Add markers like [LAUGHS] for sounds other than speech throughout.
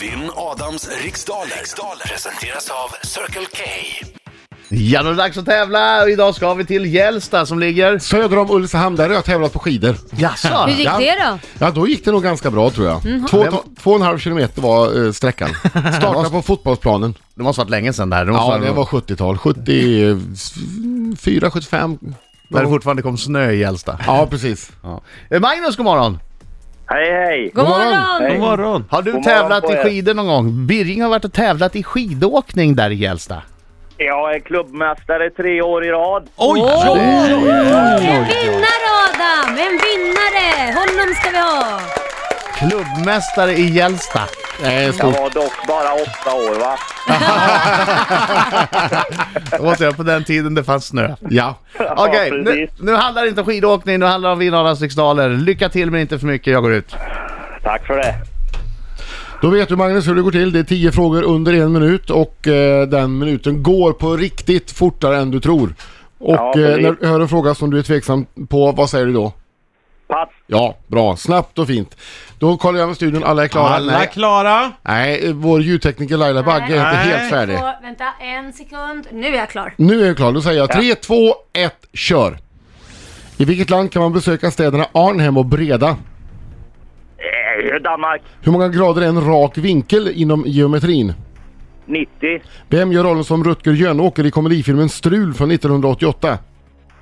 Vinn Adams riksdaler. riksdaler presenteras av Circle K. Ja, då är det dags att tävla och idag ska vi till Gällstad som ligger... Söder om Ulricehamn, där har jag tävlat på skidor. Jaså? Hur gick Ja. det då? Ja, då gick det nog ganska bra tror jag. Två, Mm, Det var- två och en halv kilometer var eh, [LAUGHS] sträckan. Starta på fotbollsplanen. Det måste varit länge sedan det här. Det måste Ja, vara- det var 70-tal. 74, 75. När det fortfarande kom snö i Gällstad. Ja, precis. Eh, Magnus, god morgon. Hej hej! God morgon. morgon! God morgon! Har du God morgon tävlat på i er. skidor någon gång? Birging har varit och tävlat i skidåkning där i Gällstad. Jag är klubbmästare tre år i rad. Oj, oj, oj, En vinnare Adam! En vinnare! Honom ska vi ha! Klubbmästare i Gällstad. Eh, Jag stort. var dock bara åtta år va? Återigen, på den tiden det fanns snö. Ja. Okej, Ja, nu, precis. nu handlar det inte om skidåkning, nu handlar det om vinnarnas riksdaler. Lycka till men inte för mycket, jag går ut. Tack för det. Då vet du Magnus hur det går till. Det är 10 frågor under en minut och eh, den minuten går på riktigt fortare än du tror. Och Ja, eh, precis. när du hör en fråga som du är tveksam på, vad säger du då? Pass. Ja, bra. Snabbt och fint. Då kollar jag med studion. Alla är klara? Alla Nej. klara? Nej, vår ljudtekniker Laila Bagge är inte Nej. helt färdig. Två, vänta, en sekund. Nu är jag klar. Nu är jag klar. Då säger jag 3, 2, 1, kör! I vilket land kan man besöka städerna Arnhem och Breda? Eh, Danmark Hur många grader är en rak vinkel inom geometrin? 90. Vem gör rollen som Rutger Jönåker i komedifilmen Strul från 1988?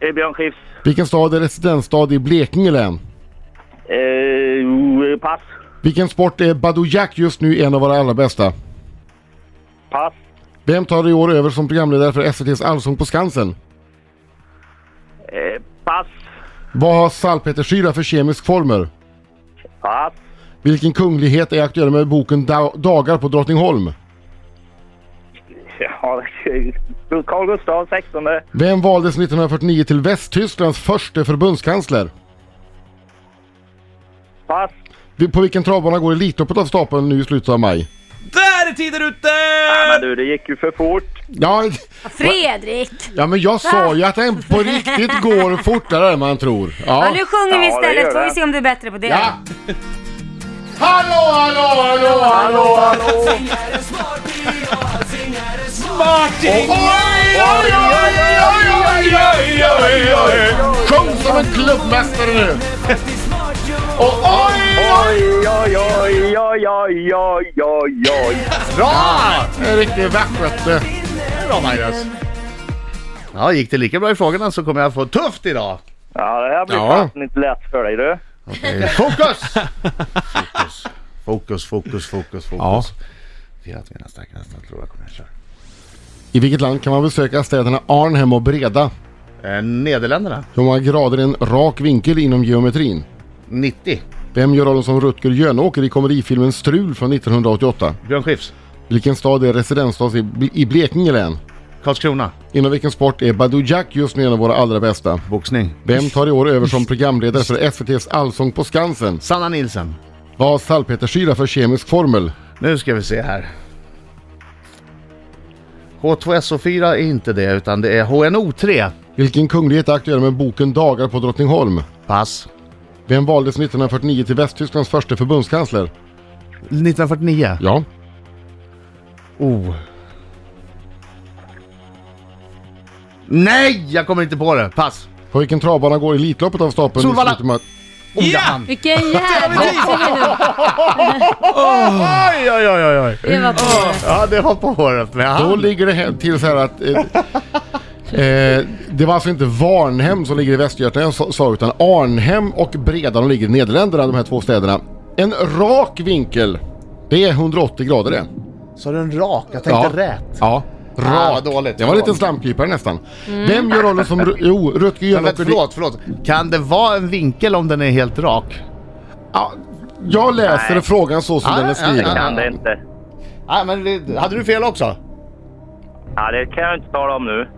Eh, Björn Skifs. Vilken stad är residensstad i Blekinge län? Eh, o- pass. Vilken sport är Badoo Jack just nu en av våra allra bästa? Pass. Vem tar i år över som programledare för SVT's Allsång på Skansen? Eh, pass. Vad har salpetersyra för kemisk formel? Pass. Vilken kunglighet är aktuell med boken da- Dagar på Drottningholm? Ja, [LAUGHS] Carl Gustaf 16. Vem valdes 1949 till Västtysklands första förbundskansler? Pass. Vi- På vilken travbana går Elitloppet av stapeln nu i slutet av maj? Där är tiden ute! Men du, det gick ju för fort. Ja, Fredrik! ja men jag sa ju att den på riktigt går fortare än man tror. Ja, Ja. nu sjunger vi Ja, det istället, gör får vi det. se om du är bättre på det. ja. Hallå, hallå, hallå, hallå, hallå! Martin! Oj, oj, oj, oj, oj, oj, oj, oj! Sjung som en klubbmästare nu! Och oj, oj! Oj, oj, oj, oj, oj, oj, oj, oj. Bra! En riktig västgöte. Bra Magnus. Ja, gick det lika bra i frågorna så kommer jag få tufft idag. Ja, det här blir Ja. fasen inte lätt för dig du. Eh, Fokus! Fokus, fokus, fokus, fokus. fokus. Fyra att vinna starka hästar, tror jag kommer jag köra. I vilket land kan man besöka städerna Arnhem och Breda? Eh, Nederländerna, Hur många grader är en rak vinkel inom geometrin? 90. Vem gör rollen som Rutger Jönåker i komedifilmen Strul från 1988? Björn Skifs, Vilken stad är residensstad i, i Blekinge län? Karlskrona, Inom vilken sport är Badoo Jack just nu en av våra allra bästa? boxning. Vem tar i år över som programledare för SVT's Allsång på Skansen? Sanna Nilsen. Vad har salpetersyra för kemisk formel? Nu ska vi se här. H2SO4 är inte det, utan det är HNO3. Vilken kunglighet är aktuell med boken Dagar på Drottningholm? Pass. Vem valdes 1949 till Västtysklands första förbundskansler? 1949. Ja. Oh. Nej, jag kommer inte på det. Pass. På vilken travbana går Elitloppet av stapeln? i Solvalla. slutet av maj? Ja! Vilken jävla nu. Oj, oj, oj, oj, oj. Det var bra. Ja, det var på håret. Men Då han... ligger det här till så här att... Eh, eh, det var alltså inte Varnhem som ligger i Västergötland jag sa- sa utan Arnhem och Breda, de ligger i Nederländerna de här två städerna. En rak vinkel, det är 180 grader det. Så den rak. Jag tänkte rätt. Ja. Rak. Ah, vad dåligt. Mm. Det var lite slamkrypare nästan. Vem gör rollen som... Ru- Jo, Rutger Men vänta, Jönåker... förlåt, förlåt. Kan det vara en vinkel om den är helt rak? Ja, jag läser Nej. frågan så som Ah, den är ja, skriven. ja, ja. Kan det inte. Nej, men det- hade du fel också? Ja, det kan jag inte tala om nu.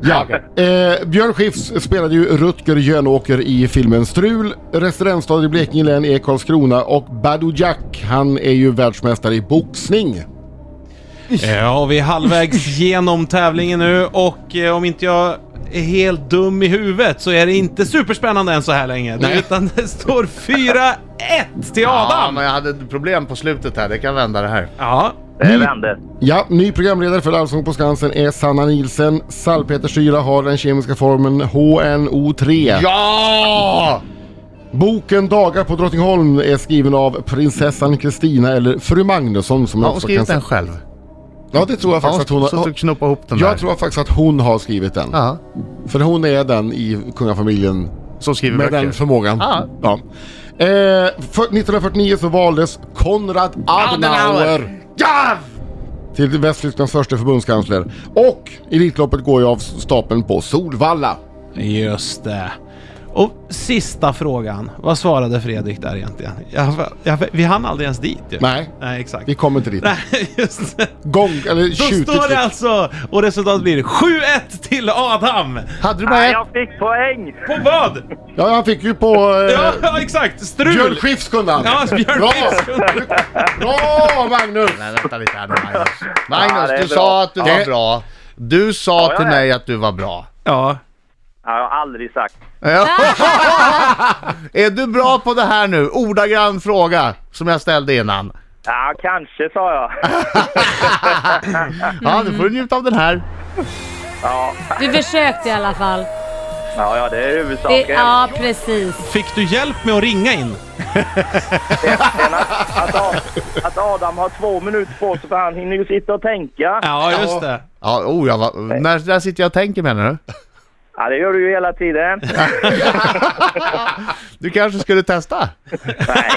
Ja. Eh, Björn Skifs spelade ju Rutger Jönåker i filmen Strul. Residensstad i Blekinge län är Karlskrona och Badoo Jack, han är ju världsmästare i boxning. [LAUGHS] Ja, vi är halvvägs genom tävlingen nu och eh, om inte jag är helt dum i huvudet så är det inte superspännande än så här länge. Nej. Utan det står 4-1 till Ja, Adam. men jag hade ett problem på slutet här. Det kan vända det här. Ja, Det vänder. Ja, ny programledare för Allsång på Skansen är Sanna Nielsen. Salpetersyra har den kemiska formen HNO3. Ja! Boken Dagar på Drottningholm är skriven av prinsessan Kristina eller fru Magnusson som Har jag hon också skrivit kan den se- själv? Ja, det tror jag Har faktiskt hon att hon har. suttit och knoppat ihop den där? Jag tror faktiskt att hon har skrivit den. Ja, För hon är den i kungafamiljen så skriver med den böcker. förmågan. Ja. Ja. Eh, för 1949 så valdes Konrad Adenauer Ja! till Västtysklands första förbundskansler. Och Elitloppet går ju av stapeln på Solvalla. just det. Och sista frågan. Vad svarade Fredrik där egentligen? Jag, jag, vi hann aldrig ens dit ju. Nej, Nej, exakt. vi kommer inte dit. Nej, just det. Gång, eller Då tjutet. står det alltså och resultatet blir 7-1 till Adam. Hade du bara Nej, ett? jag fick poäng! På vad? Ja, han fick ju på... Eh, Ja, ja [LAUGHS] exakt. Strul. Björnskifs kunde han. Ja, Bra! björnskifs. Bra Magnus! Nej, vänta lite här nu Magnus. Magnus, det är du bra. sa att du Ja. var bra. Du sa Ja, ja, till ja. mig att du var bra. Ja. Jag har aldrig sagt. Ja. [LAUGHS] är du bra på det här nu? Ordagrann fråga som jag ställde innan. Ja, kanske sa [LAUGHS] jag. Ja, nu får du njuta av den här. Ja, Du försökte i alla fall. ja, ja det är Det, huvudsaken. ja, precis. Fick du hjälp med att ringa in? Att, Ad- att Adam har två minuter på sig för han hinner ju sitta och tänka. Ja, just det. Ja, oh, jag var... När där sitter jag och tänker menar du? Ja, det gör du ju hela tiden. Du kanske skulle testa? Nej.